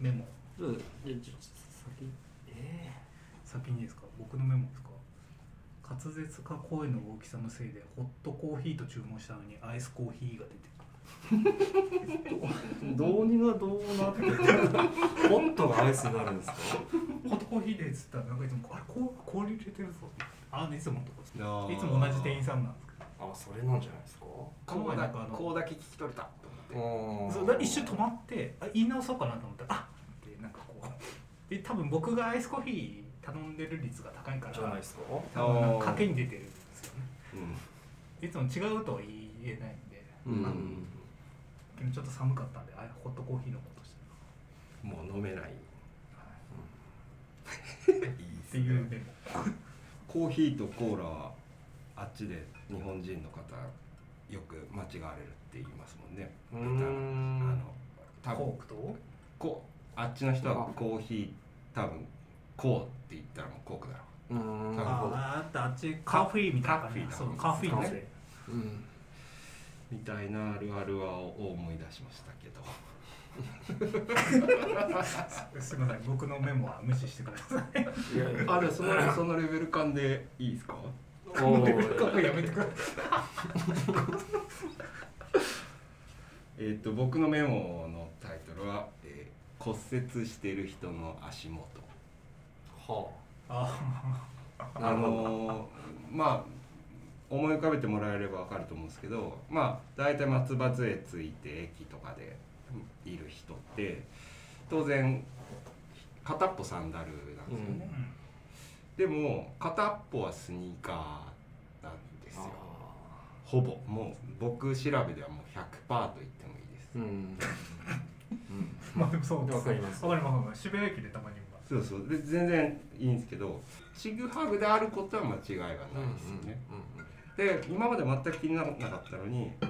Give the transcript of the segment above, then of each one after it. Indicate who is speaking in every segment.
Speaker 1: メモ
Speaker 2: ちょっとじゃあちょっと先え
Speaker 1: 先にですか僕のメモですか滑舌か声の大きさのせいでホットコーヒーと注文したのにアイスコーヒーが出て
Speaker 2: えどうにがどうなってるホットがアイスになるんですか
Speaker 1: くるホットコーヒーでっつったらなんかいつもあれこ氷入れてるぞあのいつものとこ
Speaker 2: いやー
Speaker 1: いつも同じ店員さんなんですけど
Speaker 2: あそれなんじゃないですか
Speaker 1: この前なんかあの
Speaker 3: こうだけ聞き取れた
Speaker 1: そうだから一瞬止まってあ言い直そうかなと思ったらあってなんかこうで多分僕がアイスコーヒー頼んでる率が高いから
Speaker 2: じゃないですか
Speaker 1: 多分なんか
Speaker 3: あー
Speaker 1: 賭けに出てるんですよね
Speaker 2: う
Speaker 1: いつも違うとは言えないんで、
Speaker 2: ん、
Speaker 1: でもちょっと寒かったんであホットコーヒーのことして
Speaker 2: もう飲めない、いいっ
Speaker 1: っていうメモ
Speaker 2: コーヒーとコーラはあっちで日本人の方よく間違われるって言いますもんね
Speaker 3: うー
Speaker 2: 豚
Speaker 3: ん
Speaker 2: あの多分
Speaker 1: コークと
Speaker 2: こうあっちの人はコーヒー多分こうって言ったらもうコークだ
Speaker 3: うー
Speaker 2: ろ
Speaker 3: ん
Speaker 2: なるほど
Speaker 1: あーあったあっちカフェインみたいな感じ
Speaker 2: カ
Speaker 1: そう
Speaker 2: フェイン
Speaker 1: カフェインですね
Speaker 3: うん
Speaker 2: みたいなあるあるはを思い出しましたけど
Speaker 1: すみません僕のメモは無視してください
Speaker 3: いやいや
Speaker 2: あれそのそのレベル感でいいですか
Speaker 3: お
Speaker 1: カフェインやめてください
Speaker 2: えっと僕のメモのタイトルは、えー骨折してる人の足元」
Speaker 3: は
Speaker 1: あ
Speaker 3: あ
Speaker 2: あのーまあ思い浮かべてもらえればわかると思うんですけどまあ大体松葉杖ついて駅とかでいる人って当然片っぽサンダルなんですよ
Speaker 1: ー、
Speaker 2: ね、
Speaker 1: うん
Speaker 2: でも片っぽはスニーカーなんですよほぼもう僕調べではもう100%と言ってもいいです、
Speaker 3: うん
Speaker 1: まあでもそうです
Speaker 3: わかります
Speaker 1: わかりますわかります渋谷駅でたまにいます
Speaker 2: そうそうで全然いいんですけどちぐはぐであることは間違いはないですよね、で今まで全く気にならなかったのにあれ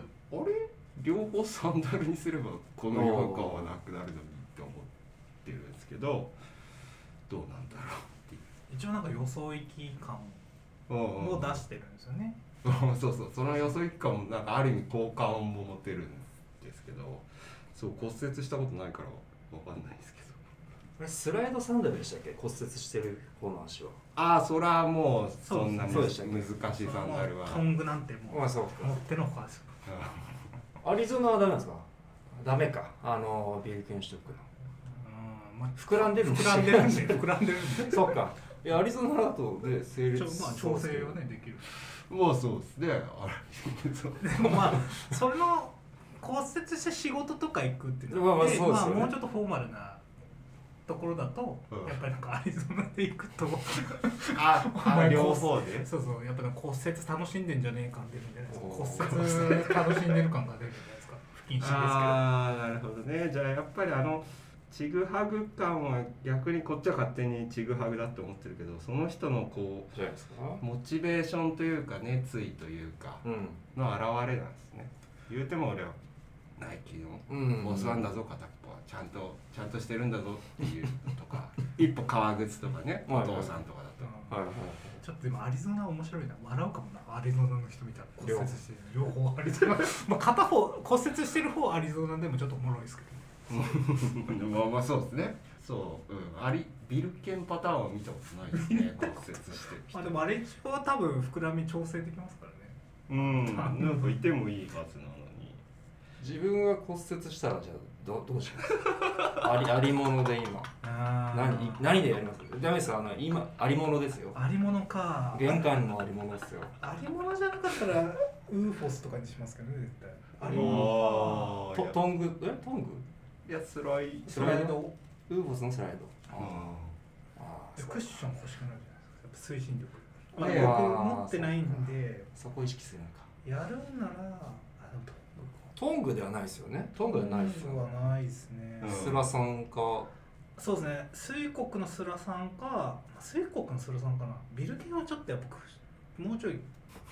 Speaker 2: 両方サンダルにすればこの違和感はなくなるのにって思ってるんですけどどうなんだろうってい
Speaker 1: 一応なんか予想行き感
Speaker 2: ううんうん
Speaker 1: を出してるんですよね
Speaker 2: うん そうそうそのよそ行き感もなんかある意味好感を持てるんですけどそう骨折したことないからわかんないですけど
Speaker 3: これスライドサンダルでしたっけ骨折してる方の足は
Speaker 2: ああそらもう
Speaker 1: そう
Speaker 2: そんな
Speaker 3: そう
Speaker 2: 難
Speaker 3: で
Speaker 2: し
Speaker 3: した
Speaker 2: い
Speaker 3: っけ
Speaker 2: サンダルは
Speaker 1: トングなんてもう
Speaker 3: そう
Speaker 1: 持ってのほかですよ
Speaker 3: アリゾナはダメなんですかダメかあのビール券取得の
Speaker 1: うんまあ
Speaker 3: 膨らんでるの
Speaker 1: 膨らんでるんで膨らんでるんで
Speaker 3: そっかいやアリゾナだとで成
Speaker 1: ち
Speaker 3: 立
Speaker 1: ょまあ調整はねできる
Speaker 2: うんまあそうですねあれそう
Speaker 1: でもまあその骨折して仕事とか行くっていうのは、
Speaker 3: まあまあそうですよね
Speaker 1: もうちょっとフォーマルなところだと、
Speaker 2: うん
Speaker 1: やっぱりなんかアリゾナで行くと
Speaker 2: ああ両方で
Speaker 1: そうそうやっぱなんか骨折楽しんでんじゃねえ感出るんじゃない
Speaker 3: お
Speaker 1: ですか
Speaker 3: ー
Speaker 1: 骨折楽しんでる感が出るんじゃないですか不謹慎
Speaker 2: ああなるほどねじゃあやっぱりあのちぐはぐ感は逆にこっちは勝手にちぐはぐだって思ってるけどその人のこ
Speaker 3: じゃないですか
Speaker 2: うモチベーションというか熱意というか
Speaker 3: うん
Speaker 2: の表れなんですね言うても俺はナイキの
Speaker 3: うん
Speaker 2: ボスワンだぞ片っぽはちゃんとちゃんとしてるんだぞっていうのとか 一歩革靴とかねお
Speaker 3: はいはい
Speaker 2: 父さんとかだ
Speaker 1: ですけど、うん
Speaker 3: はいはい
Speaker 1: ちょっとでもアリゾナ面白いな笑うかもなアリゾナの人見たら骨折してる両方アリゾナ まあ片方骨折してる方アリゾナでもちょっとおもろいですけど
Speaker 2: とまあまあそうですねそう、うん、ありビルケンパター ンは見たことないですね骨折してる人
Speaker 1: まあでもあれ一応多分膨らみ調整できますからね
Speaker 2: うん、なんかいてもいいはずなのに。
Speaker 3: 自分が骨折したらじゃあどどうしますありありもので今
Speaker 1: あ
Speaker 3: 何何でやりますダメですあの今ありものですよ
Speaker 1: ありものか
Speaker 3: 玄関のありものですよ
Speaker 1: ありものじゃなかったらウーフォスとかにしますけどね絶対ありも
Speaker 2: あ
Speaker 3: トトングえトング
Speaker 2: いや、スライ
Speaker 1: の
Speaker 3: ス
Speaker 1: ス
Speaker 3: ラ
Speaker 1: ラ
Speaker 3: イ
Speaker 1: イ
Speaker 3: ド
Speaker 1: ド
Speaker 3: ウーフォスのスライド
Speaker 2: あ
Speaker 3: ああ
Speaker 1: クッション欲しくなるじゃないですかやっぱ推進力まあ、
Speaker 2: ねえ
Speaker 1: 僕持ってないんで
Speaker 3: そこ意識するのか
Speaker 1: やるんならあでもトングか
Speaker 3: トングではないですよねトングではないです
Speaker 1: ト
Speaker 3: よ
Speaker 1: ングは
Speaker 3: ね
Speaker 1: ないですね、
Speaker 2: うん
Speaker 3: スラさんか
Speaker 1: そうですね水国のスラさんか水国のスラさんかなビルケンはちょっとやっぱもうちょい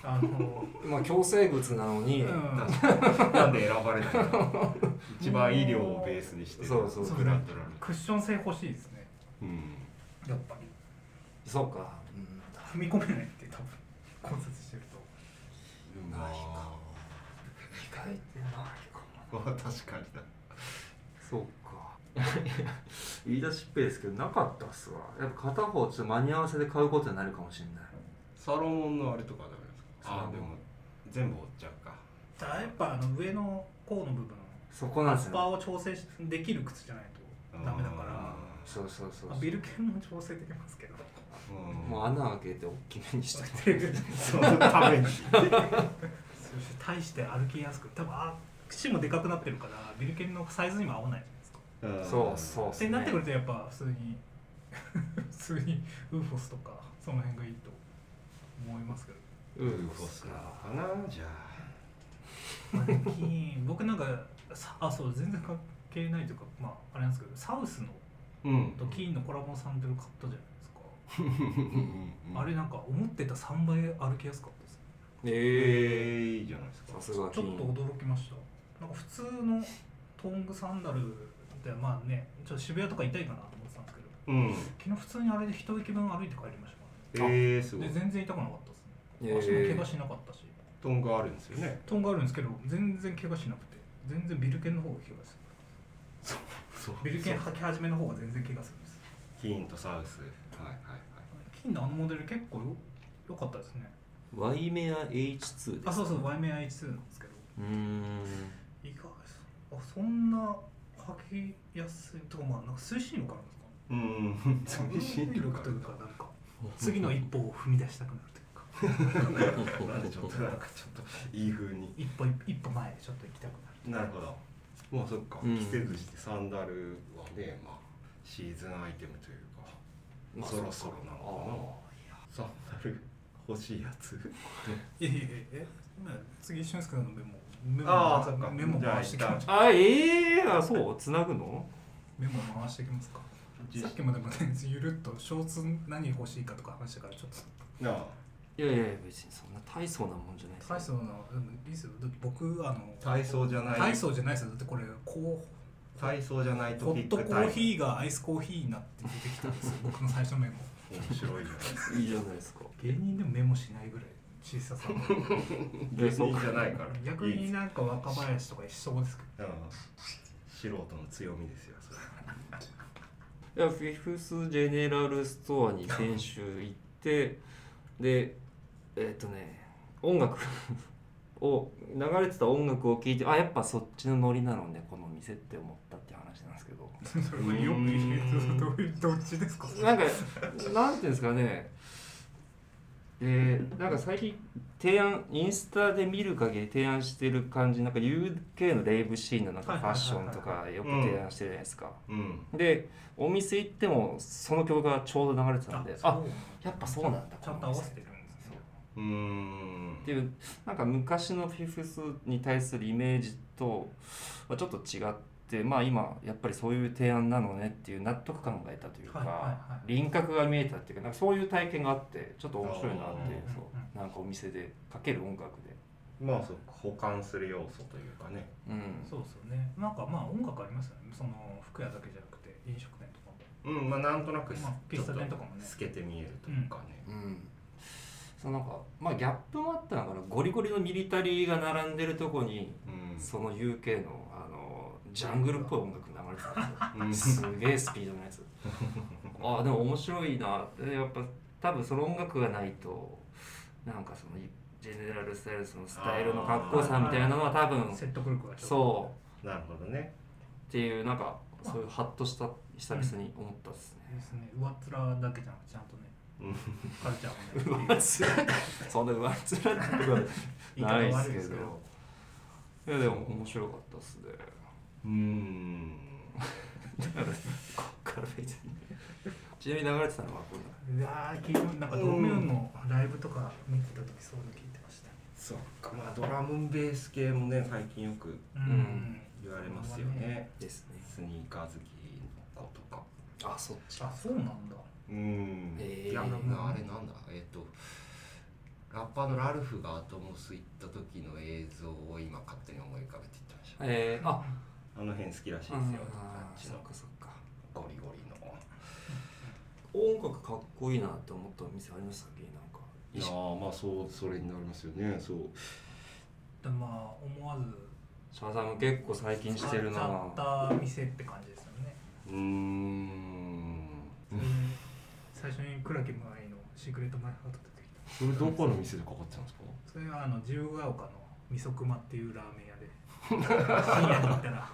Speaker 1: あの、
Speaker 3: 今強制靴なのに、
Speaker 1: うん
Speaker 2: ーなんで選ばれないの一番医療をベースにしてる。
Speaker 3: そうそう
Speaker 1: そう
Speaker 2: グランドラル。
Speaker 1: クッション性欲しいですね
Speaker 2: うん。
Speaker 1: やっぱり
Speaker 3: そうか、うん
Speaker 1: 踏み込めないって多分骨折してると
Speaker 2: うまいか。
Speaker 3: 意外ってないかも
Speaker 2: あ確かにだ。
Speaker 3: そうか 言い出しっぺですけどなかったっすわやっぱ片方ちょっと間に合わせで買うことになるかもしれない
Speaker 2: サロモンのあれとかはダメですか
Speaker 3: サロ
Speaker 2: あ
Speaker 3: モン
Speaker 2: あでも全部折っちゃうか
Speaker 1: だからやっぱあの上の甲の部分
Speaker 3: そこなんです
Speaker 1: スパーを
Speaker 3: よ
Speaker 1: 調整できる靴じゃないとダメだから
Speaker 2: あ
Speaker 3: そうそうそう
Speaker 1: まあビルケンも調整できますけ ど
Speaker 2: ーうん
Speaker 3: もう穴開けて大きめにした
Speaker 1: そのために対して歩きやすく多分あ口もでかくなってるからビルケンのサイズにも合わないじゃないですか
Speaker 2: うん
Speaker 3: そうそう
Speaker 1: ってなってくるとやっぱ普通に普通にウーフォスとかその辺がいいと思いますけど
Speaker 2: ウーフォスなのかなじゃあ
Speaker 1: マネキン僕なんかさあそう全然関係ないというかまああれなんですけどサウスの
Speaker 2: うん
Speaker 1: とキーンのコラボサンダル買ったじゃないですか、
Speaker 2: うん
Speaker 1: あれなんか思ってた3倍歩きやすかったです
Speaker 3: ええ
Speaker 2: ええいいじゃないですか
Speaker 3: さすが
Speaker 1: ちょっと驚きましたなんか普通のトングサンダルってまあねちょっと渋谷とか痛いかなと思ってたんですけど
Speaker 2: うん
Speaker 1: 昨日普通にあれで一息分歩いて帰りましたか
Speaker 2: ええす
Speaker 1: ら
Speaker 2: ごい
Speaker 1: ねで全然痛くなかったですね
Speaker 3: へえ
Speaker 1: 足も怪我しなかったし
Speaker 2: トンがあるんですよね
Speaker 1: トングあるんですけど全然怪我しなくて全然ビルケンの方が怪我する
Speaker 2: そう
Speaker 1: ビルケン履き始めの方が全然怪我するんです
Speaker 2: キーンとサウスはいはいはい
Speaker 1: 金のあのモデル結構よ良かったですね
Speaker 3: Y メア H2 です
Speaker 1: あそうそうワイメア H2 なんですけど
Speaker 3: うーん
Speaker 1: いかがですあそんな履きやすいとかまあなんか推進力あるんですか
Speaker 2: うん
Speaker 1: 推進力というかなんか次 の一歩を踏み出したくなるというか
Speaker 2: なんでちょっとなんかちょっといい風に
Speaker 1: 一歩一歩一歩前へちょっと行きたくなる
Speaker 2: なるほどもうそっか、
Speaker 3: うん
Speaker 2: 季節してサンダルはねまあシーズンアイテムというか、
Speaker 3: まあ
Speaker 2: そろそろなのかなサンダル欲しいや つ
Speaker 1: いやいやいやえ今次俊介さんのメモメ
Speaker 2: あーそっか
Speaker 1: メモ回してきま
Speaker 2: じ
Speaker 1: す
Speaker 3: あええあそうつなぐの
Speaker 1: メモ回してきますかさっきもでもねゆるっとショーツ何欲しいかとか話したからちょっと
Speaker 2: なあ
Speaker 3: いやいやいや別にそんな大層なもんじゃないです
Speaker 1: 大層なでもいいですよだって僕あの
Speaker 2: 体操じゃない
Speaker 1: 大層じゃないですよだってこれこう
Speaker 2: 体操じゃない
Speaker 1: ホ
Speaker 2: トピ
Speaker 1: ッ
Speaker 2: ッ
Speaker 1: ト
Speaker 2: ク
Speaker 1: コ
Speaker 2: タイ
Speaker 1: ーヒーがアイスコーヒーになって出てきたんです よ僕の最初のメモ
Speaker 2: ム面白いじゃない
Speaker 3: いいじゃないですか
Speaker 1: 芸人でもメモしないぐらい小ささ
Speaker 2: 別にじゃないから
Speaker 1: 逆
Speaker 2: いいで
Speaker 1: に
Speaker 2: す
Speaker 1: なんか若林とか一緒ですけ
Speaker 2: うん素人の強みですよそれ
Speaker 3: いやフィフスジェネラルストアに先週行ってでえっ、とね音楽 を流れてた音楽を聴いてあやっぱそっちのノリなのねこの店って思ったっていう話なんですけど
Speaker 1: どそれはよく言
Speaker 2: うん
Speaker 1: えどういうどっちですか
Speaker 3: なんかなんていうんですかねえーなんか最近提案インスタで見る限り提案してる感じなんか UK のレイブシーンのなんかファッションとかよく提案してるじゃないですか、
Speaker 2: うん
Speaker 3: でお店行ってもその曲がちょうど流れてたんであ
Speaker 1: そう
Speaker 3: やっぱそうなんだ
Speaker 1: ちゃんと合わせてるんです
Speaker 3: そう
Speaker 1: ね
Speaker 2: うーん
Speaker 3: っていうなんか昔のフィフスに対するイメージとはちょっと違ってまあ今やっぱりそういう提案なのねっていう納得感が得たというか、
Speaker 1: はいはいはい
Speaker 3: 輪郭が見えたっていうかなんかそういう体験があってちょっと面白いなって
Speaker 2: あ
Speaker 1: ー
Speaker 3: そうなんかお店でかける音楽で、
Speaker 2: まあそう保管する要素というかね
Speaker 3: うん、
Speaker 1: そうですよねなんかまあ音楽ありますよねその服屋だけじゃなくて飲食店とかも
Speaker 2: うんまあなんとなく
Speaker 1: まあ
Speaker 2: ちょっ
Speaker 1: 喫茶店とかもね
Speaker 2: 透けて見えるというかね、
Speaker 3: うん、そのなんかまあギャップもあったのかなゴリゴリのミリタリーが並んでるとこに
Speaker 2: うん
Speaker 3: その UK のあのジャングルっぽい音楽流れてたんですよ
Speaker 2: うん
Speaker 3: すげえスピードのやつああでも面白いなでやっぱ多分その音楽がないとなんかそのジェネラルスタイルそのスタイルのかっこよさみたいなのは多分
Speaker 1: 説得力がちょっと
Speaker 3: そう
Speaker 2: なるほどね
Speaker 3: っていうなんかそういうハッとした久々に思ったっす
Speaker 1: いいですね上っ面だけじゃなくてちゃんとね
Speaker 2: うん
Speaker 1: カルチャー
Speaker 3: ね
Speaker 1: もね
Speaker 3: 上っ面そんな上っ面ってことは
Speaker 1: 言い方
Speaker 3: ないっ
Speaker 1: 悪
Speaker 3: す
Speaker 1: いで
Speaker 3: けど
Speaker 1: すけど
Speaker 3: いやでも面白かったっすね
Speaker 2: うーん
Speaker 3: こっから別にちなみに流れてたのはこんない
Speaker 1: やー聞いてなんかドミューンのライブとか見てた時そういうの聞いてましたね
Speaker 2: そっかまあドラムベース系もね最近よく
Speaker 3: ん
Speaker 2: 言われますよね
Speaker 3: ですね
Speaker 2: スニーカー好きの子とか
Speaker 3: あそっち
Speaker 1: あそうなんだ
Speaker 2: うーん、
Speaker 3: えー
Speaker 2: いやなんかあれなんだえっ、とラッパーのラルフがアトモス行った時の映像を今勝手に思い浮かべて言ってました
Speaker 3: えー、あ
Speaker 2: あの辺好きらしいですよ
Speaker 3: うん
Speaker 2: あっち
Speaker 3: そ
Speaker 2: の
Speaker 3: っかそっか
Speaker 2: ゴリゴリの
Speaker 3: 音楽かっこいいなって思ったお店ありましたっけなんか
Speaker 2: いやーまあそうそれになりますよねそう
Speaker 1: でまあ思わず
Speaker 3: シャーさんも結構最近してるな
Speaker 1: 使っちゃった店って感じですよね
Speaker 2: うーん
Speaker 1: 最初にクラケムアイのシークレットマイハート出てきた
Speaker 2: それどこの店でかかってたんですか
Speaker 1: それはあの自由が丘のみそくまっていうラーメン屋で深夜に行ったら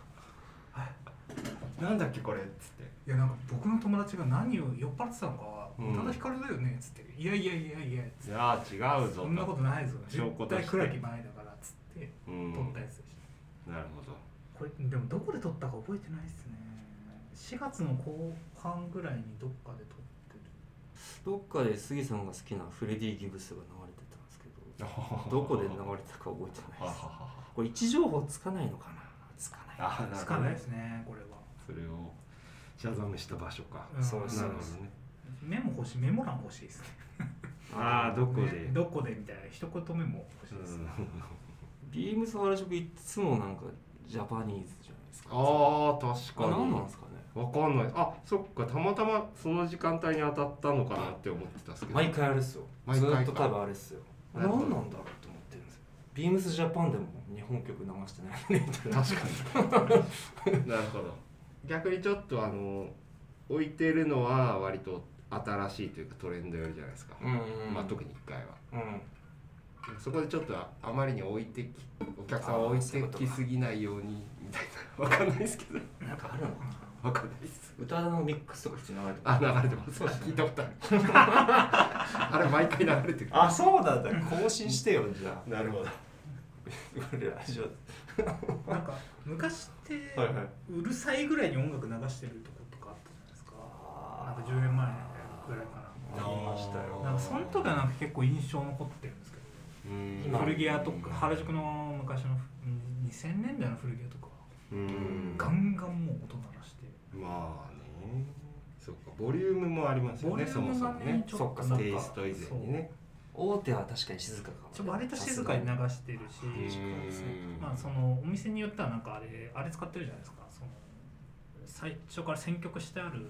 Speaker 2: なんだっけこれっつって
Speaker 1: いやなんか僕の友達が何を酔っ払ってたのか
Speaker 2: うん
Speaker 1: 宇多田ヒカルだよねっつって「いやいやいやいや」っつっ
Speaker 2: いやー違う
Speaker 1: て「
Speaker 2: ぞ
Speaker 1: そんなことないぞ
Speaker 2: 証
Speaker 1: 絶
Speaker 2: 拠として
Speaker 1: 対倉木前だから」っつって
Speaker 2: うん
Speaker 1: 撮ったやつでした
Speaker 2: なるほど
Speaker 1: これでもどこで撮ったか覚えてないっすね4月の後半ぐらいにどっかで撮ってる
Speaker 3: どっかで杉さんが好きなフレディ・ギブスが流れてたんですけどどこで流れてたか覚えて
Speaker 2: は
Speaker 3: な
Speaker 2: はい
Speaker 3: です
Speaker 2: は
Speaker 3: これ位置情報つかないのかなつかない
Speaker 2: あーな
Speaker 1: つ
Speaker 2: る
Speaker 1: か
Speaker 2: ほど
Speaker 1: ない
Speaker 2: ね
Speaker 1: ですねこれは
Speaker 2: それをシャザムした場所か
Speaker 1: うん
Speaker 3: そうです
Speaker 2: な
Speaker 3: そう
Speaker 2: るほ
Speaker 3: で
Speaker 2: ど
Speaker 3: す
Speaker 2: ね
Speaker 1: メモ欲しいメモ欄欲しいですね
Speaker 2: ああどこで
Speaker 1: ねどこでみたいな一言メモ欲しい ですね
Speaker 3: ビームス原宿いっつもなんかジャパニーズじゃないですか
Speaker 2: あー
Speaker 3: これ
Speaker 2: 確か
Speaker 3: 何
Speaker 2: に
Speaker 3: なんですかね
Speaker 2: わかんないあそっかたまたまその時間帯に当たったのかなって思ってたんですけど
Speaker 3: 毎回あれっすよ
Speaker 2: 毎
Speaker 3: ず
Speaker 2: 回か
Speaker 3: っと多分あれっすよ
Speaker 2: な
Speaker 3: 何
Speaker 2: る
Speaker 3: な
Speaker 2: ほど
Speaker 3: んだろうと思ってるんですよビームスジャパンでも日本曲流してないねみたいな
Speaker 2: 確かに なるほど逆にちょっとあの置いてるのは割と新しいというかトレンドよりじゃないですか、
Speaker 3: うんうん
Speaker 2: まあ、特に1回は
Speaker 3: うん
Speaker 2: そこでちょっとああまりに置いてきお客さんを置いてきすぎないようにみたいなわかんないですけど
Speaker 3: なんかあるのかな
Speaker 2: わかんないです
Speaker 3: 歌のミックスとか普通に流れて
Speaker 2: あ流れてます
Speaker 3: そうですね
Speaker 2: 聞いたこと あるあれ毎回流れてくる
Speaker 3: あそうなんだ更新してよじゃ
Speaker 2: なるほど
Speaker 3: あ俺ラジオ
Speaker 1: なんか昔って
Speaker 3: はいはいう
Speaker 1: るさいぐらいに音楽流してるとことかあったじゃないですかなんか10年前ぐらいか
Speaker 3: ありました
Speaker 1: な
Speaker 3: よ
Speaker 1: なんかその時はなんか結構印象残ってるんですけど
Speaker 3: 今
Speaker 1: 古着屋とか原宿の昔のうん2000年代の古着屋とか
Speaker 2: うん
Speaker 1: ガンガンもう音鳴らして
Speaker 2: まあねそうかボリュームもありますよ
Speaker 1: ボリ
Speaker 2: ね
Speaker 1: ュ
Speaker 2: そ
Speaker 1: ー
Speaker 2: も
Speaker 1: ム
Speaker 2: そ
Speaker 1: が
Speaker 2: も
Speaker 1: ね
Speaker 2: ね
Speaker 1: ちょっと
Speaker 3: そ
Speaker 1: な
Speaker 3: っ
Speaker 1: ん
Speaker 3: か
Speaker 2: テイ
Speaker 1: か
Speaker 2: スト以前にね
Speaker 3: 大手は確かに静かかも
Speaker 1: ちょっと割と静かに流してるし
Speaker 2: う
Speaker 3: 確かにそう
Speaker 2: ーん
Speaker 1: まあそのお店によってはなんかあれあれ使ってるじゃないですかその最初から選曲してあるのを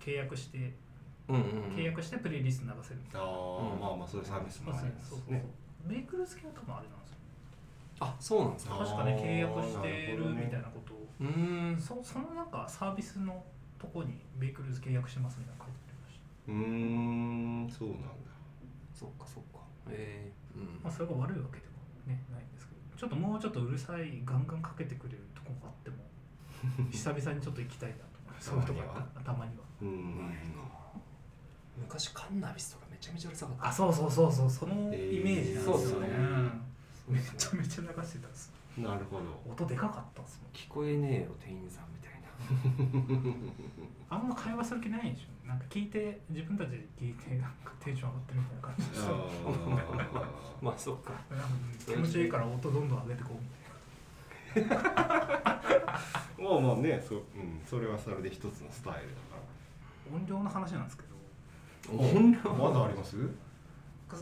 Speaker 1: 契約して
Speaker 3: うんうん
Speaker 1: 契約してプレイリスト流せるみたい
Speaker 2: あ
Speaker 1: な、
Speaker 2: ーまあまあそういうサービスもありま
Speaker 1: そう
Speaker 2: す
Speaker 1: そう
Speaker 2: ね
Speaker 1: メイクルス系は多分あれなんですよ
Speaker 3: あそうなんですか
Speaker 2: あー
Speaker 1: 確かね契約してるみたいなことを、
Speaker 3: うーん
Speaker 1: そそのなんかサービスのとこにメイクルス契約してますみたいなの書いてありました、
Speaker 2: うーんそうなんだ
Speaker 3: そっかそっかえ
Speaker 4: うん
Speaker 1: まあ、それが悪いわけでもねないんですけどちょっともうちょっとうるさいガンガンかけてくれるとこがあって も久々にちょっと行きたいなとそういうとこやったたまには
Speaker 2: うー
Speaker 3: え
Speaker 2: ん
Speaker 3: 昔カンナビスとかめちゃめちゃうるさかった
Speaker 1: あそうそうそうそうその
Speaker 2: え
Speaker 1: イ
Speaker 2: ー
Speaker 1: メージなんですよね,、
Speaker 3: そうっすよね
Speaker 1: めちゃめちゃ流してたんです
Speaker 2: なるほ
Speaker 1: 音でかかったんですもん
Speaker 3: 聞こえねえよ店員さんみたいな
Speaker 1: あんま会話する気ないんでしょなんか聞いて自分たちで聞いてなんかテンション上がってるみたいな感じでした
Speaker 2: ど
Speaker 3: まあそっか
Speaker 1: なんか気持ちいいから音どんどん上げてこうみたいな
Speaker 2: あーまあまあねそ,、うん、それはそれで一つのスタイルだか
Speaker 1: 音量の話なんですけど
Speaker 3: 音
Speaker 2: ら
Speaker 3: 量
Speaker 2: まだあります
Speaker 1: か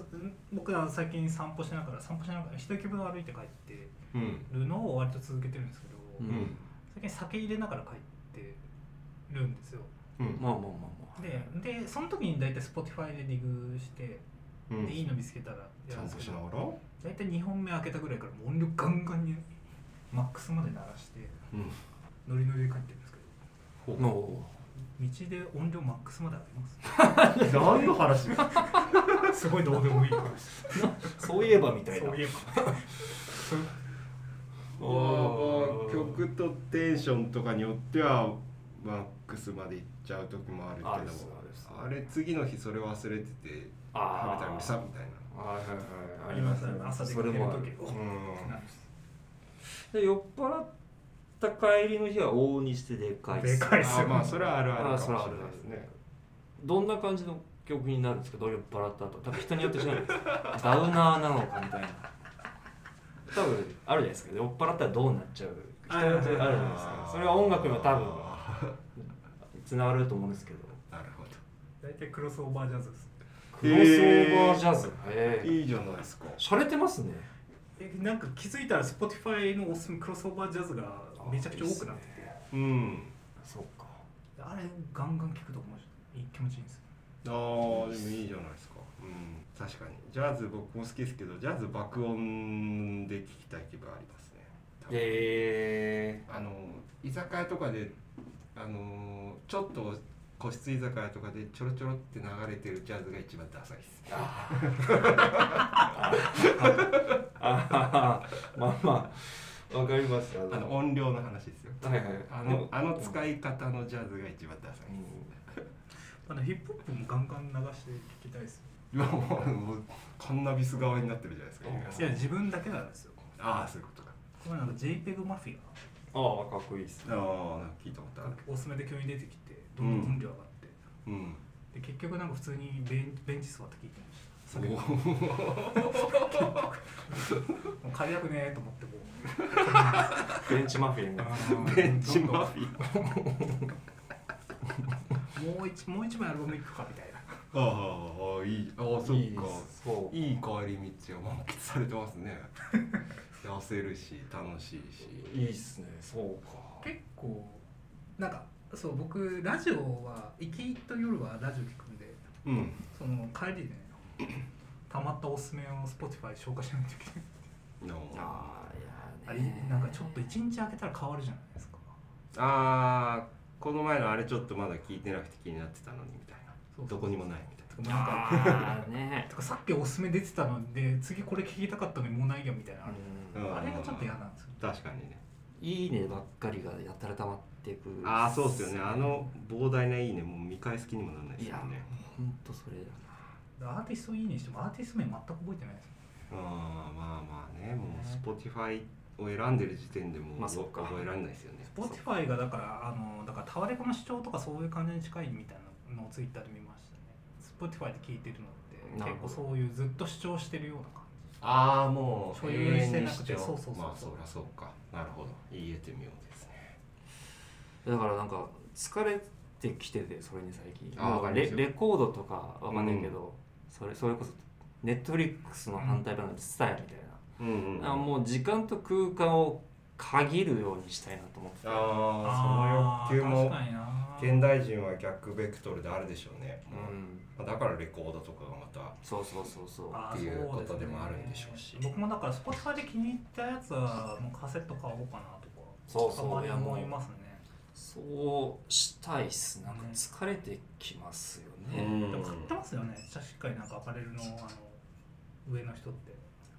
Speaker 1: 僕は最近散歩しながら散歩しながら一駅分歩いて帰って
Speaker 2: うん
Speaker 1: るのを割と続けてるんですけど、
Speaker 3: う
Speaker 2: うんん
Speaker 1: 最近酒入れながら帰ってるんですよ
Speaker 2: うん
Speaker 3: まあまあまあまあ
Speaker 1: ででその時に大体 Spotify でディグして、
Speaker 2: うん
Speaker 1: でいいの見つけたら
Speaker 2: ち
Speaker 1: や
Speaker 2: ゃ
Speaker 1: るん
Speaker 2: ん
Speaker 1: です
Speaker 2: と
Speaker 1: け
Speaker 2: し
Speaker 1: ど
Speaker 2: ながら
Speaker 1: 大体2本目開けたぐらいからもう音量ガンガンにマックスまで鳴らして
Speaker 2: うん
Speaker 1: ノリノリで帰ってるんですけど
Speaker 2: ほう
Speaker 3: も
Speaker 1: 道で音量マックスまで上げま
Speaker 2: 何の話
Speaker 1: すすごいどうでもいい話
Speaker 3: うそういえばみたいな
Speaker 1: そういえ
Speaker 2: まあまあ曲とテンションとかによってはマックスまでいっちゃう時もあるけど
Speaker 3: あるっすあるっす
Speaker 2: あれ次の日それ忘れてて食べたらうるさみたいな
Speaker 3: はいはいはい
Speaker 1: ば
Speaker 3: あります
Speaker 1: 朝出
Speaker 3: そ
Speaker 1: かけ
Speaker 3: れ
Speaker 1: る
Speaker 3: もあ
Speaker 1: 時
Speaker 3: る
Speaker 1: おっってなる
Speaker 3: で酔っ払った帰りの日は往々にしてでかいっす
Speaker 1: でかいっす
Speaker 2: あまあそれはあるあ
Speaker 3: あ
Speaker 2: る
Speaker 3: ー
Speaker 2: か
Speaker 3: それ
Speaker 2: も
Speaker 3: は
Speaker 2: し
Speaker 3: あ
Speaker 2: れ
Speaker 3: る
Speaker 2: ないですね
Speaker 3: どんな感じの曲になるんですかどう酔っ払った後多分人によって違うんですよダウナーなのかみたいな多分あるじゃないですか酔っ払ったらどうなっちゃう人によってあるじゃないですかそれは音楽にも多分つながると思うんですけど
Speaker 2: なるほ
Speaker 1: 大体クロスオーバージャズです
Speaker 3: クロスオーバージャズ
Speaker 2: ど
Speaker 3: ええ
Speaker 2: いいじゃないですか
Speaker 3: 洒落てますね
Speaker 1: えなんか気づいたら Spotify のおすすめクロスオーバージャズがめちゃくちゃ多くなってて
Speaker 2: うん
Speaker 3: そっか
Speaker 1: あれガンガン聞くと面白い気持ちいいんですよ
Speaker 2: あーでもいいじゃないですかうん確かにジャズ僕も好きですけどジャズ爆音で聴きたい気分ありますね多分
Speaker 3: え
Speaker 2: あの居酒屋とかであのーちょっと個室居酒屋とかでちょろちょろって流れてるジャズが一番ダサいです
Speaker 3: あーまあまあわかりますあ
Speaker 2: あの音量の話ですよ
Speaker 3: はいはい
Speaker 2: あ
Speaker 3: で
Speaker 2: の
Speaker 3: も
Speaker 2: あの使い方のジャズが一番ダサいです
Speaker 1: あのヒップホップもガンガン流して聞きたいです
Speaker 2: 今 もうもうカンナビス側になってるじゃないですか
Speaker 3: あ
Speaker 1: いや自分だけなんですよ
Speaker 2: ああそういうことか
Speaker 1: これなんか JPEG マフィ
Speaker 3: ああかっこいいっす
Speaker 2: ああなんか聞いたことあ
Speaker 1: ア
Speaker 2: る
Speaker 1: がおすすめで急に出てきてどんどん音量上がって、
Speaker 2: うん
Speaker 1: で結局なんか普通にベンベンチ座って聞いてました
Speaker 2: お
Speaker 1: 酒も
Speaker 2: ー
Speaker 1: う借りたくねえと思ってもう
Speaker 3: ベンチマフィンが
Speaker 2: ベンチマフィー
Speaker 1: もう一もう一枚アルバムいくかみたいな
Speaker 2: ああいいああそ
Speaker 3: い
Speaker 2: っ
Speaker 3: い
Speaker 2: か
Speaker 3: そう
Speaker 2: いい帰り道を満喫されてますね 痩せるし楽しいし
Speaker 3: いいっすねそうか
Speaker 1: 結構なんかそう僕ラジオは行きと夜はラジオ聞くんで
Speaker 2: うん
Speaker 1: その帰りでねたまったおすすめを Spotify 消化しないといけない
Speaker 2: あ
Speaker 3: あ
Speaker 1: あ
Speaker 3: あ
Speaker 1: れ
Speaker 3: いやね
Speaker 1: なんかちょっと一日空けたら変わるじゃないですか
Speaker 2: あーこの前のあれちょっとまだ聞いてなくて気になってたのにみたいな
Speaker 1: そう
Speaker 2: どこにもないみたい
Speaker 1: とかなんか
Speaker 3: ああね
Speaker 1: とかさっきおすすめ出てたので次これ聞きたかったのにもうないよみたいなのある、
Speaker 2: うん
Speaker 1: あれがちょっと嫌なんですよ
Speaker 2: な確かにね
Speaker 3: いいねばっかりがやたら溜まってく
Speaker 2: ああそうっすよねあの膨大ないいねもう見返す気にもなんないで
Speaker 3: い
Speaker 2: すよ
Speaker 3: や
Speaker 2: ね
Speaker 3: ほんとそれだ
Speaker 1: ア
Speaker 3: な
Speaker 1: ーティストいいねしてもアーティスト名全く覚えてないです
Speaker 2: あーまあまあねもう
Speaker 1: ね
Speaker 2: Spotify を選んでる時点でもう
Speaker 3: まあそっか
Speaker 2: 覚えられないですよね
Speaker 1: Spotify がだからあのだからタワレコの主張とかそういう感じに近いみたいなのをツイッターで見ましたね Spotify で聞いてるのっ
Speaker 3: な
Speaker 1: て
Speaker 3: る
Speaker 1: 結
Speaker 3: ほ
Speaker 1: 構そ
Speaker 3: ど
Speaker 1: ういうずっと主張してるような感
Speaker 2: ああも
Speaker 1: 所有してなくて
Speaker 2: 永遠にしちゃ
Speaker 1: そうそうそう
Speaker 2: まあそりゃそうかなるほど言えてみようですね
Speaker 3: だからなんか疲れてきててそれに最近
Speaker 2: あー
Speaker 3: なん
Speaker 2: わか
Speaker 3: か
Speaker 2: りま
Speaker 3: レ
Speaker 2: すよ
Speaker 3: レコードとかわかんないけど、それそれこそネットフリックスの反対版のスタイルみたい
Speaker 2: うんうんうん
Speaker 3: な、あもう時間と空間を限るようにしたいなと思ってて
Speaker 2: ああその欲求
Speaker 1: 確
Speaker 2: も
Speaker 1: かにな
Speaker 2: 現代人は逆ベクトルであるでしょうね、
Speaker 3: うん
Speaker 2: まあだからレコードとかがまた
Speaker 3: そうそうそうそう
Speaker 1: あ
Speaker 2: っ
Speaker 1: ー
Speaker 2: ていう
Speaker 1: そ
Speaker 2: こと
Speaker 1: すね
Speaker 2: でもあるんでしょうし
Speaker 1: 僕もだから Spotify で気に入ったやつはもうカセット買おうかなとか
Speaker 3: そうそう
Speaker 1: たまに
Speaker 3: いやもう
Speaker 1: 思いますね
Speaker 3: そうしたいっすなんか疲れてきますよね、
Speaker 2: うん
Speaker 1: でも買ってますよね確かになんかアパレルのあの上の人って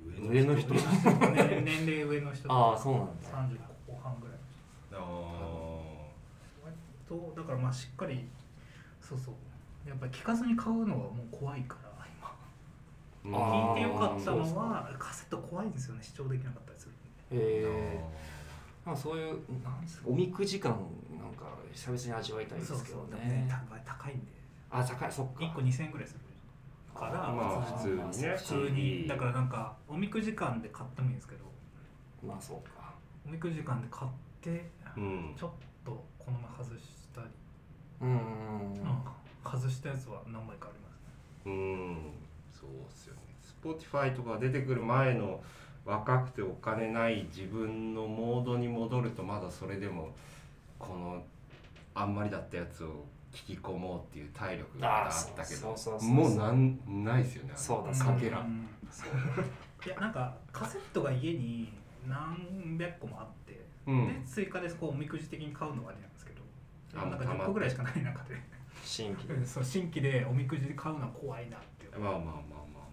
Speaker 3: 上の人
Speaker 1: 上の人 ね年齢上の人
Speaker 3: ああそうなんだ
Speaker 1: 30後半ぐらいの人
Speaker 2: あー
Speaker 1: 割とだからまあしっかりそうそうやっぱり聞かずに買うのはもう怖いから今
Speaker 2: うん
Speaker 3: あー
Speaker 1: 聞いてよかった
Speaker 3: そう
Speaker 1: の
Speaker 3: そう
Speaker 1: はカセット怖いんですよね視聴できなかったりするんで
Speaker 3: えーなんかそういうなんですかおみくじ感なんか久々に味わいたいですけど
Speaker 1: でも
Speaker 3: ね
Speaker 1: 高い高いんで
Speaker 3: あ高いそっか
Speaker 1: 1個2000円ぐらいするから
Speaker 2: まあ普通にね
Speaker 1: 普通にだからなんかおみくじ館で買ってもいいんですけど
Speaker 3: まあそうか
Speaker 1: おみくじ館で買って
Speaker 2: うん
Speaker 1: ちょっとこの前外したり、
Speaker 3: うんうんうん
Speaker 1: 外したやつは何枚かありますね
Speaker 2: うんそうっすよね Spotify とか出てくる前の若くてお金ない自分のモードに戻るとまだそれでもこのあんまりだったやつを聞き込もうっていう体力がまだあったけ
Speaker 3: あーそうそうそう
Speaker 2: ど
Speaker 3: そう
Speaker 2: もうなんないですよねあれ
Speaker 3: そうだ
Speaker 1: うん
Speaker 3: そう
Speaker 2: かけら
Speaker 1: うんいやなんかカセットが家に何百個もあって、
Speaker 2: うん
Speaker 1: で追加でこうおみくじ的に買うのはありなんですけど
Speaker 2: あ
Speaker 1: なんか
Speaker 2: たまって
Speaker 1: 10個ぐらいしかない中で
Speaker 3: 新規
Speaker 1: そう新規でおみくじで買うのは怖いなっていう
Speaker 2: まあまあまあまあ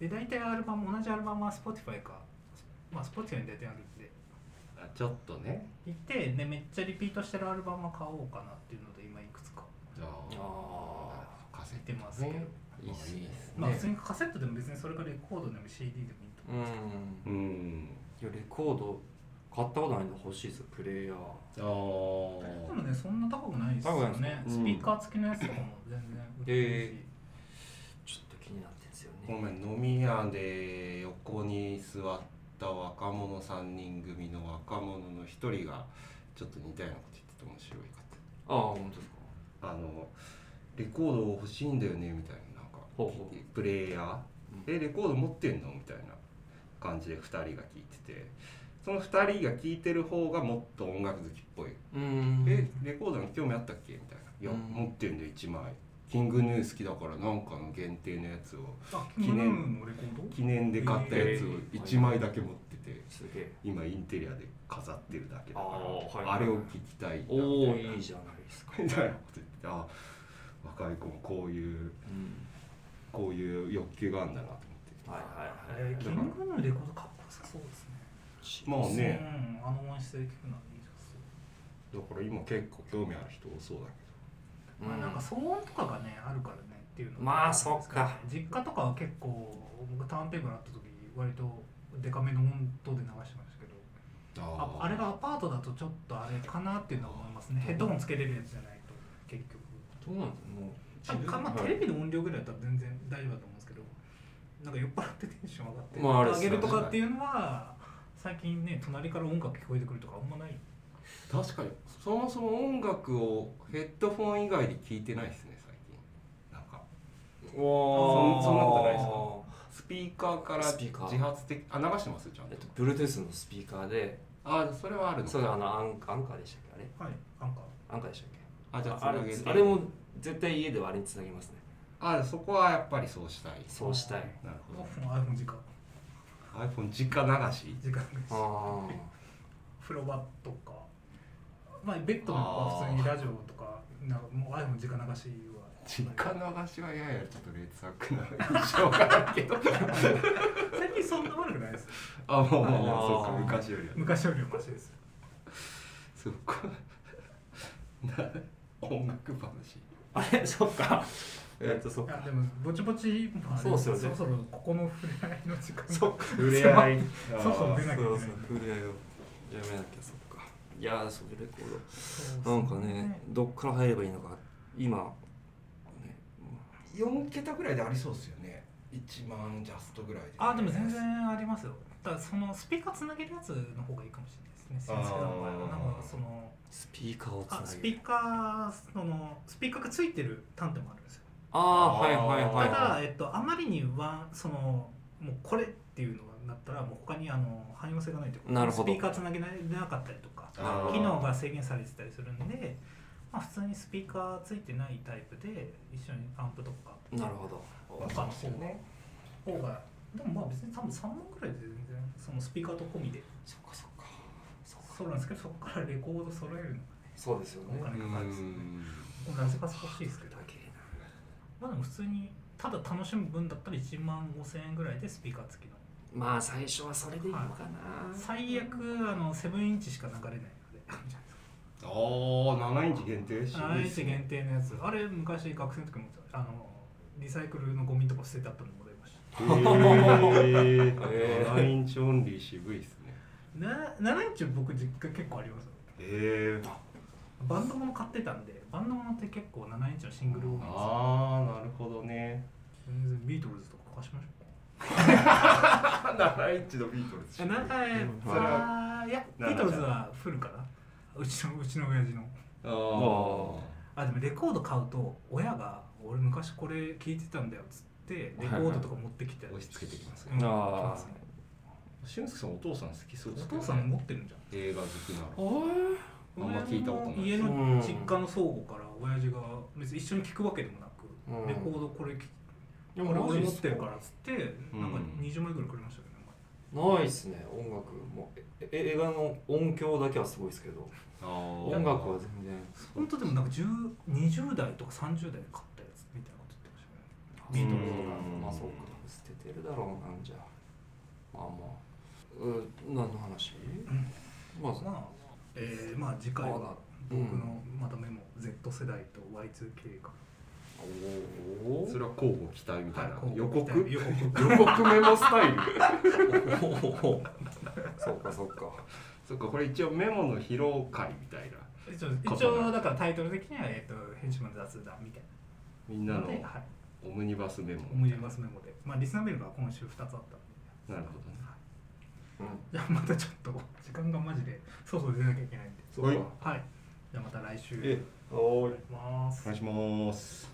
Speaker 1: で大体アルバム同じアルバムは Spotify か、まあ、Spotify に大体あるんで
Speaker 2: まああちょっとね
Speaker 1: 行ってでめっちゃリピートしてるアルバムは買おうかなっていうので今いくつか
Speaker 2: じゃあ
Speaker 3: あ
Speaker 2: カセ
Speaker 1: 出て
Speaker 2: ット
Speaker 1: ますけど、
Speaker 2: ね
Speaker 3: いいっすね
Speaker 1: まあ普通にカセットでも別にそれがレコードでも CD でもいいと
Speaker 3: うんい
Speaker 2: うん
Speaker 3: やレコード買ったことないんで欲しいですよプレイヤー
Speaker 2: あ
Speaker 1: 思う。
Speaker 2: ー
Speaker 1: でもねそんな高くないですよ
Speaker 3: 高くない
Speaker 1: ね
Speaker 2: で。す
Speaker 1: ス
Speaker 2: か
Speaker 1: ピーカー付きのやつとかも全然売ってるし。
Speaker 3: ちょっと気になってんですよ
Speaker 2: ご
Speaker 3: ね
Speaker 2: めん飲み屋で横に座った若者3人組の若者の一人がちょっと似たようなこと言ってて面白いか
Speaker 3: ああ本当ですか
Speaker 2: ったあのレコード欲しいんだよねみたいななんか
Speaker 3: ほうほう
Speaker 2: 聞いてプレイヤー
Speaker 3: うん
Speaker 2: えレコード持ってんのみたいな感じで2人が聞いててその2人が聞いてる方がもっと音楽好きっぽい
Speaker 3: うん
Speaker 2: えレコードに興味あったっけみたいな「いや
Speaker 3: うん
Speaker 2: 持ってんだよ1枚キングヌー好きだからなんかの限定のやつを
Speaker 1: あ
Speaker 2: 記念
Speaker 1: うんのレコード
Speaker 2: 記念で買ったやつを1枚だけ持ってて
Speaker 3: すげえ
Speaker 2: 今インテリアで飾ってるだけだ
Speaker 3: あー
Speaker 2: か
Speaker 3: はい
Speaker 2: らあれを聞きたいな
Speaker 3: おお
Speaker 2: みた
Speaker 3: い
Speaker 2: い
Speaker 3: い
Speaker 2: な
Speaker 3: じゃないですか、
Speaker 2: みたいなこと言ってあ若い子もこういうこういう欲求があるんだなと思って
Speaker 3: はいはいは
Speaker 1: え
Speaker 3: い
Speaker 1: ーキングヌーのレコードかっこよさそうですね
Speaker 2: まあね
Speaker 1: うんあの音質で聞くのはいいです
Speaker 2: だから今結構興味ある人多そうだ
Speaker 3: う
Speaker 1: まあ、なんか騒音とかがねあるからねっていうのが
Speaker 3: まあそっか
Speaker 1: 実家とかは結構僕ターンテーブルあった時割とデカめの音頭で流してましたけど
Speaker 2: けど
Speaker 1: ああれがアパートだとちょっとあれかなっていうのは思いますねヘッドホンつけれるやつじゃないと結局
Speaker 3: どうなんだ
Speaker 1: なん
Speaker 3: ろう
Speaker 1: かまあ
Speaker 3: はい
Speaker 1: テレビの音量ぐらいだったら全然大丈夫だと思うんですけどなんか酔っ払ってテンション上がって、
Speaker 3: まああれっす
Speaker 1: 上
Speaker 3: よね
Speaker 1: げるとかっていうのは最近ね隣から音楽聞こえてくるとかあんまない
Speaker 2: 確かにそもそも音楽をヘッドフォン以外で聴いてないですね最近なんか
Speaker 3: おー
Speaker 2: そんそんなことないですかスピーカーから
Speaker 3: スピーカー
Speaker 2: 自発的あ流してますちゃん
Speaker 3: え
Speaker 2: と
Speaker 3: っと、Bluetooth のスピーカーで、
Speaker 2: あそれはあるの
Speaker 3: そうだあのアンアンカーでしたっけあれ
Speaker 1: はいなんか
Speaker 3: アンカーでしたっけ
Speaker 2: あじゃあつ
Speaker 3: あ
Speaker 2: な
Speaker 3: れ
Speaker 2: げて
Speaker 3: あれも絶対家ではあれにつなげますね。
Speaker 2: あそこはやっぱりそうしたい
Speaker 3: そうしたい。
Speaker 2: なるほど
Speaker 1: iPhone 時間
Speaker 2: iPhone 直流し
Speaker 1: 時間です
Speaker 3: あ
Speaker 1: 風呂場とか、まあ、ベッドの中は普通にラジオとかなんかもう iPhone 直流し
Speaker 2: 実
Speaker 1: は
Speaker 2: 家流しはややちょっと劣悪な印象があるけ ど
Speaker 1: 最近そんな悪くないです
Speaker 2: あも
Speaker 3: あ
Speaker 2: うもう
Speaker 3: ー
Speaker 2: もうそうか昔よりは
Speaker 1: 昔よりはマシです
Speaker 2: そうかな 音楽話
Speaker 3: あ。あれ、 そっか。えっと、そっ
Speaker 1: いや
Speaker 3: か。
Speaker 1: でもぼちぼち、まあ、
Speaker 3: そうっすよね
Speaker 1: そろそろここの触れ合いの時間
Speaker 3: そっか。
Speaker 2: 触れ合い
Speaker 1: そうそう触
Speaker 3: そ
Speaker 1: れ
Speaker 3: う
Speaker 1: なきゃいけ
Speaker 3: そ
Speaker 1: な
Speaker 3: う
Speaker 1: い、
Speaker 3: 触れ合いをやめなきゃ、そっか。いやー、そうレコ
Speaker 1: そ
Speaker 3: ー
Speaker 1: うっす
Speaker 3: ド。なんかね、どっから入ればいいのか、今、ね、
Speaker 2: 4桁ぐらいでありそうですよね1万ジャストぐらいで
Speaker 1: あでも全然ありますよただそのスピーカーつなげるやつの方がいいかもしれないですね先生の場合は
Speaker 2: あー
Speaker 1: なんかその
Speaker 3: スピーカーをつ
Speaker 1: あ
Speaker 3: な
Speaker 1: ス
Speaker 3: げ
Speaker 1: ピ
Speaker 3: る。
Speaker 1: ーカーそのスピーカーがついてる端でもあるんですよ
Speaker 3: ああー、はいはいはい
Speaker 2: あ
Speaker 1: ただ、
Speaker 3: はい。
Speaker 1: えっと、あまりにワンそのもうこれっていうのになったらもう他にあの汎用性がないというか
Speaker 3: なるほど
Speaker 1: スピーカーつなげられなかったりとか
Speaker 2: あー
Speaker 1: 機能が制限されてたりするんで、まあ、普通にスピーカーついてないタイプで一緒にアンプとか
Speaker 3: なるほど。
Speaker 2: まあそうですよね
Speaker 1: 方がでもまあ別に多分3万くらいで全然そのスピーカーと込みで
Speaker 3: そっかそっか。そっか
Speaker 1: そうなんですけどそこからレコード揃えるの
Speaker 3: そうですよね。
Speaker 1: お
Speaker 2: う
Speaker 1: 金かかるんですよね
Speaker 2: ん
Speaker 1: もうなぜか少しいですけど
Speaker 3: だけな。
Speaker 1: まあでも普通にただ楽しむ分だったら1万5000円ぐらいでスピーカー付きの
Speaker 3: まあ最初はそれでいいのかな。
Speaker 1: 最悪あのセブンインチしか流れないので
Speaker 2: ああ7インチ限定し
Speaker 1: 7インチ限定のやつあれ昔学生の時持ってたあのリサイクルのゴミとか捨ててあったのもらいました
Speaker 2: へ ー
Speaker 3: へー
Speaker 2: 7インチオンリー渋いですね
Speaker 1: な7インチ僕実家結構ありますよ
Speaker 2: へえ
Speaker 1: バンドもの買ってたんでバンドものって結構7インチのシングル多いんですよ
Speaker 2: ああなるほどね
Speaker 1: 全然ビートルズとか貸しましょう
Speaker 2: 7インチのビートルズ
Speaker 1: えなんかえ
Speaker 3: うん
Speaker 1: それはあーいやビ
Speaker 2: なな
Speaker 1: ートルズはフルかなうちのうちの親父の
Speaker 2: あー
Speaker 1: あでもレコード買うと親が「俺昔これ聴いてたんだよ」っつってレコードとか持ってきて
Speaker 2: 押し付けてきます
Speaker 1: うん
Speaker 2: ね
Speaker 3: あー
Speaker 1: 来ますね
Speaker 2: 俊介さんお父さん好きそう
Speaker 1: お
Speaker 2: です
Speaker 1: 父さん持ってるんじゃん
Speaker 2: 映画好きなの
Speaker 1: あ
Speaker 2: あんま聞いたことない
Speaker 1: 家の実家の倉庫から親父が別に一緒に聞くわけでもなく、
Speaker 3: うん
Speaker 1: レコードこれ聞
Speaker 3: で
Speaker 1: これ俺持ってるからっつってなんか
Speaker 2: うん
Speaker 1: 20枚ぐらいくれましたけどね
Speaker 3: ないっすね音楽もうええ映画の音響だけはすごいですけど
Speaker 2: あ
Speaker 3: 音楽は全然
Speaker 1: お前本当でもなんか10 20代とか30代で買ったやつみたいなこと言ってましたよね
Speaker 2: ビートル
Speaker 3: と
Speaker 2: ズ
Speaker 3: か
Speaker 2: とか
Speaker 3: まあそうか捨ててるだろうなんじゃまあまあう何の話、まあ
Speaker 1: まあえー、まあ次回
Speaker 3: まだ
Speaker 1: は
Speaker 3: うん
Speaker 1: 僕のまたメモ Z 世代と Y2K か
Speaker 3: おお
Speaker 2: それは交互期待みたいな、
Speaker 1: はい
Speaker 2: 予告
Speaker 1: 予
Speaker 2: 予
Speaker 1: 告
Speaker 2: 告メモスタイル
Speaker 3: そうかそうか
Speaker 2: そっかこれ一応メモの披露会みたいな
Speaker 1: 一応一応だからタイトル的には、えー、と編集の雑談みたい
Speaker 2: みん
Speaker 1: な
Speaker 2: な
Speaker 1: の
Speaker 2: の
Speaker 1: で、はい、
Speaker 2: オムニバスメモ
Speaker 1: 思い出ますメモでまあリスナーメールが今週2つあったんで
Speaker 2: なるほどね
Speaker 3: うん
Speaker 1: じゃあまたちょっと時間がマジでそろそろ出なきゃいけないんで。
Speaker 3: そうか
Speaker 2: はい
Speaker 1: はい。じゃあまた来週。
Speaker 3: おーい
Speaker 1: ます
Speaker 2: お願いします